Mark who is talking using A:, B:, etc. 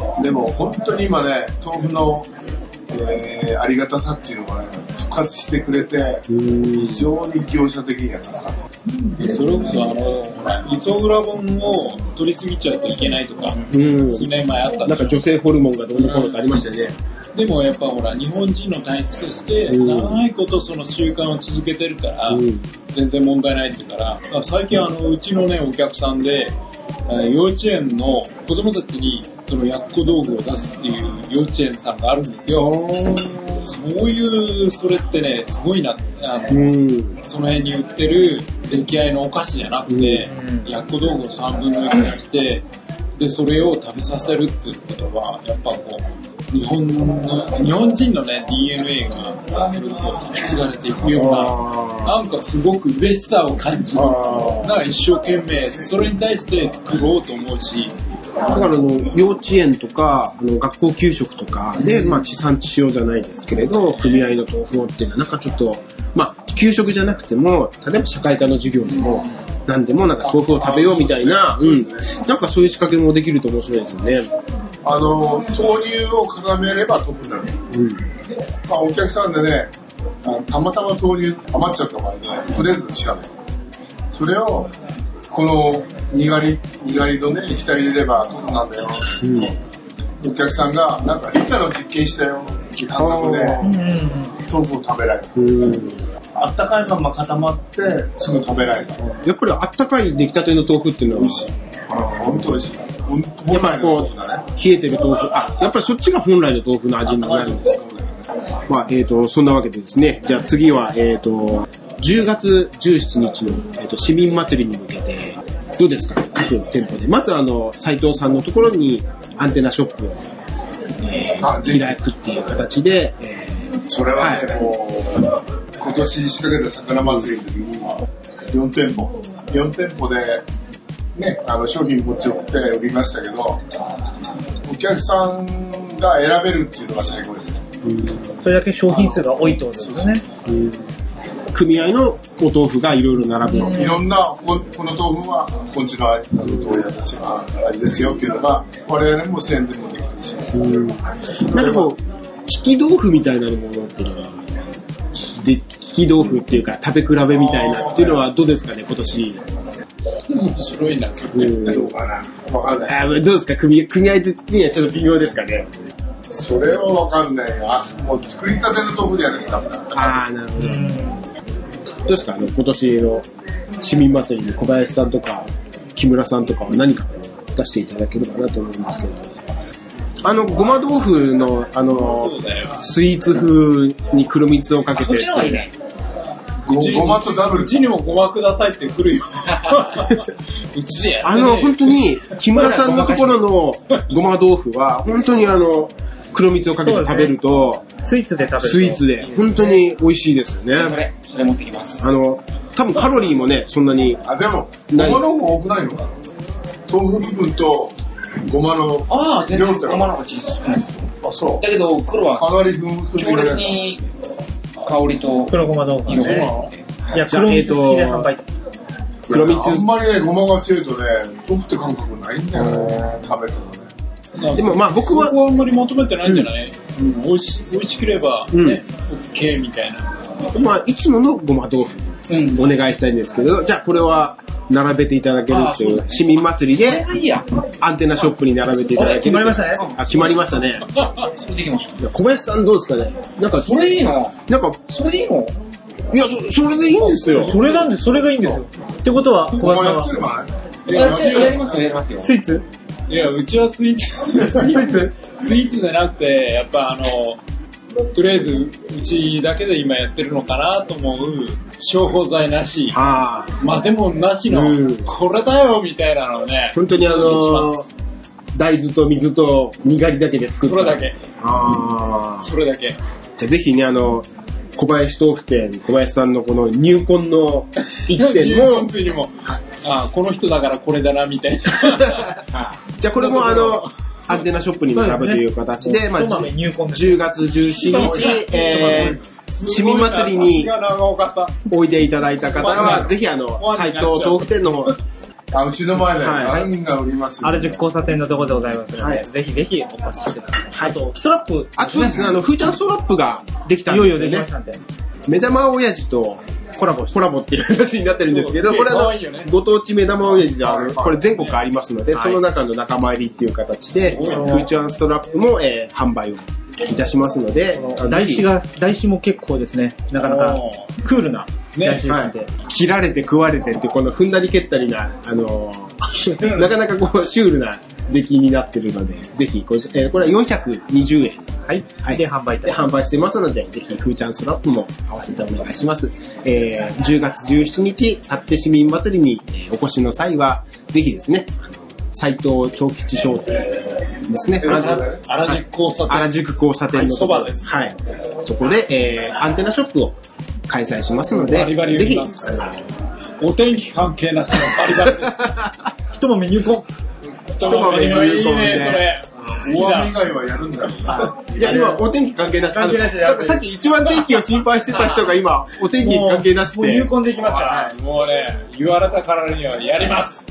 A: 本当に今ね、豆腐の、えーありがたさっていうのがね、復活してくれて、非常に業者的には助かった。
B: それこそあの、ほら、磯浦本を取りすぎちゃうといけないとか、
C: うん。
B: 数年前あっ
C: な
B: た
C: んか
B: でし
C: 女性ホルモンがどうのこうのってありましたよね。
B: ょ。でもやっぱほら、日本人の体質として、
C: うん
B: 長いことその習慣を続けてるから、
C: うん
B: 全然問題ないって言うから、だから最近あの、うちのね、お客さんで、えー幼稚園の子供たちに、その、やっこ道具を出すっていう幼稚園さんがあるんですよ。そういう、それってね、すごいな、あの、
C: うん。
B: その辺に売ってる出来合いのお菓子じゃなくて、薬庫道具を3分の1にして、で、それを食べさせるっていうことは、やっぱこう、日本の、日本人のね、DNA が、それこそ引き継がれていくような、なんかすごく嬉しさを感じる。だから一生懸命、それに対して作ろうと思うし、
C: だからあの、幼稚園とか、あの学校給食とかで、まあ地産地消じゃないですけれど、組合の豆腐をっていうのはなんかちょっと、まあ給食じゃなくても、例えば社会科の授業でも、何でもなんか豆腐を食べようみたいな、うん。なんかそういう仕掛けもできると面白いですよね。
A: あの、豆乳を絡めれば豆腐になる。
C: うん。
A: まあ、お客さんでね、あのたまたま豆乳余っちゃった場合ね、とりあえず調べる。それを、この、にがり、にがりのね、液体入れれば豆腐なんだよ。
C: うん。
A: お客さんが、なんか理科の実験したよ。感覚で、豆腐を食べられる。
C: うん
D: あったかいまま固まって、
A: すぐ食べられる。
C: やっぱりあったかい出来たての豆腐っていうのは美味しい。
A: 本当美味しい。本当
C: やっぱりこう、冷えてる豆腐、あ、やっぱりそっちが本来の豆腐の味になるんですまあ、えっ、と、そんなわけでですね、じゃあ次は、えっ、と、10月17日の、えー、と市民祭りに向けて、どうですか各店舗で。まずあの、斉藤さんのところにアンテナショップを、えー
A: あぜひ
C: 開くっていう形で、えー
A: それはね、
C: はい
A: もう、今年仕掛けた魚祭りの時に、4店舗、4店舗で、ね、あの商品持ち寄って売りましたけど、お客さんが選べるっていうのが最高ですね。
D: それだけ商品数が多いってことですよね。
C: 組合のお豆腐がいろいろ並ぶの
A: いろんな、ここの豆腐は、こっちの味あの豆腐やちの味ですよっていうのが、我々も宣伝もできるし、
C: なんかこう、利き豆腐みたいなものっていうのが、で、利き豆腐っていうか、食べ比べみたいなっていうのはどうですかね、今年。
B: 面白いな、それね
C: うん
A: どうかな。わかんない。
C: あどうですか組合、組合的にはちょっと微妙ですかね。
A: それはわかんないが、もう作りたての豆腐じゃないですか。
C: ああ、なるほど。どうですかあの、今年の市民祭りに小林さんとか、木村さんとかは何か出していただければなと思うんですけど。あの、ごま豆腐の、あの
B: そう、だよ。
C: スイーツ風に黒蜜をかけて。
D: そっちの方がいいね。
A: ごごまとダブル
B: うちにもごまくださいって来るよ。 うちでやって
C: あ
B: ね
C: の、本当に、木村さんのところのごま豆腐は、本当にあの、黒蜜をかけて食べると、
D: スイーツで食べると
C: スイーツで、本当に美味しいですよね。
E: それ、それ持ってきます。
C: あの、多分カロリーもね、そんなに。
A: あ、でも、ご
C: ない
A: まの方が多くないのかな豆腐部分とごまの、
E: ああ、全
A: 量
E: 然
A: って
E: ごまの方が小さくないです。
A: あ、そ
E: だけど、黒
A: う。か
E: は
A: なり分布
E: 強烈に香りと
D: 黒ごま豆腐
E: 色
D: ね。
E: が。
D: いや、黒蜜付きで販売。
C: 黒蜜
A: あんまりね、ごまが強いとね、豆腐って感覚ないんだよね。食べてもね。
C: でもまあ僕は
B: そこはあんまり求めてないんじゃない、うん、美味し、美味しければ、
C: うん
B: ね、OK みたいな。
C: まあ、いつものごま豆腐、
E: うん。
C: お願いしたいんですけど、じゃあこれは、並べていただけるとい
E: あそう
C: う
E: だ、ね
C: 市民祭り
E: これ
C: で、
E: がいいや。
C: アンテナショップに並べていただける。
D: 決まりましたね
C: あ、決まりましたね。
E: それでいきましょう。
C: 小林さんどうですかねなんか、
E: それいいの
C: なんか、
E: それでいいの
C: いや、そそれでいいんですよ。
D: それなんで、それがいいんですよ。ってことは、小
A: ごま
D: 林さん
A: やってればね。
E: やっ
D: は、
E: てやりますよ、やりますよ。
D: スイーツ
B: いや、うちはスイーツ、スイーツ スイーツじゃなくて、やっぱあの、とりあえず、うちだけで今やってるのかなと思う、消耗剤なし、
C: ああ、
B: 混ぜ物なしの
C: うん、
B: これだよみたいなのをね、
C: 本当にあの
B: お届けします
C: 大豆と水とにがりだけで作っ
B: そ
C: た。
B: れだけ、
C: ああ。
B: それだけ。
C: じゃあぜひね、あの、小林豆腐店、小林さんのこの入魂の一点も、
B: ついにも、あこの人だからこれだなみたい な。
C: じゃあこれもあの、アンテナショップに並ぶという形で、まあ、
D: トマメ入魂です。
C: 10月17日、えー、市民 祭りに
B: さすが長岡さん
C: おいでいただいた方は、ぜひあの、斎藤豆腐店の方、
A: あ、うちの前で
C: はい
A: ワインが売りますよ。
D: 原宿交差点のとこでございますので、
C: はい
D: ぜひぜひお越しくださ
C: は
D: い。
C: い
D: あと、ストラップ、
C: あ、そうですね、あの、フーチャーストラップができたん
D: い
C: で
D: よ
C: す
D: い
C: よ
D: よできま
C: ね
D: し。たんで。
C: 目玉親父と
D: コラボして
C: コラボっていう話になってるんですけど、
B: そう
C: これ
B: 可
C: は
B: 愛いよね
C: ご当地目玉親父で、あ
A: はいは
C: の、
A: い
C: これ全国ありますので、
D: はい
C: その中の仲間入りっていう形で、フ
B: すごい
C: ーチャーストラップも、えー販売をいたしますので、あの
D: 台
C: ぜひ
D: 紙が、台紙も結構ですね、なかなか
B: お
D: クールな台紙なんで、
C: 切られて食われてって、この踏んだり蹴ったりな、あの ーなかなかこう、シュールな出来になってるので、ぜひこれ、えーこれは420円。
D: はい、
C: はい
D: で販売いた
C: で
D: しま
C: 販売してますので、ぜひ、フーちゃんスラップも合わせてお願いします。えー10月17日、幸手市民祭りにえーお越しの際は、ぜひですね、あの斎藤長吉商店ですね、
A: 原
C: あの
A: 宿
B: 原宿交差点。
C: 原宿交差点のところ
B: はいそばです
C: はい。そこで、えーアンテナショップを開催しますので、
B: バリバリ売
C: ぜ
B: り
C: ひ、
B: ますお天気関係なしのバリバリです。
D: す。一晩目入婚。
B: 一晩目入いいね、これ。
A: 大雨以外はやるんだよ。
C: いや、今、お天気関係なし。
D: 関係なしで
C: あのんかさっき一番天気を心配してた人が今、お天気に関係なし
D: もうもう入
C: で。
D: 婚できましたから。
B: はいもうね、言われたからにはやります。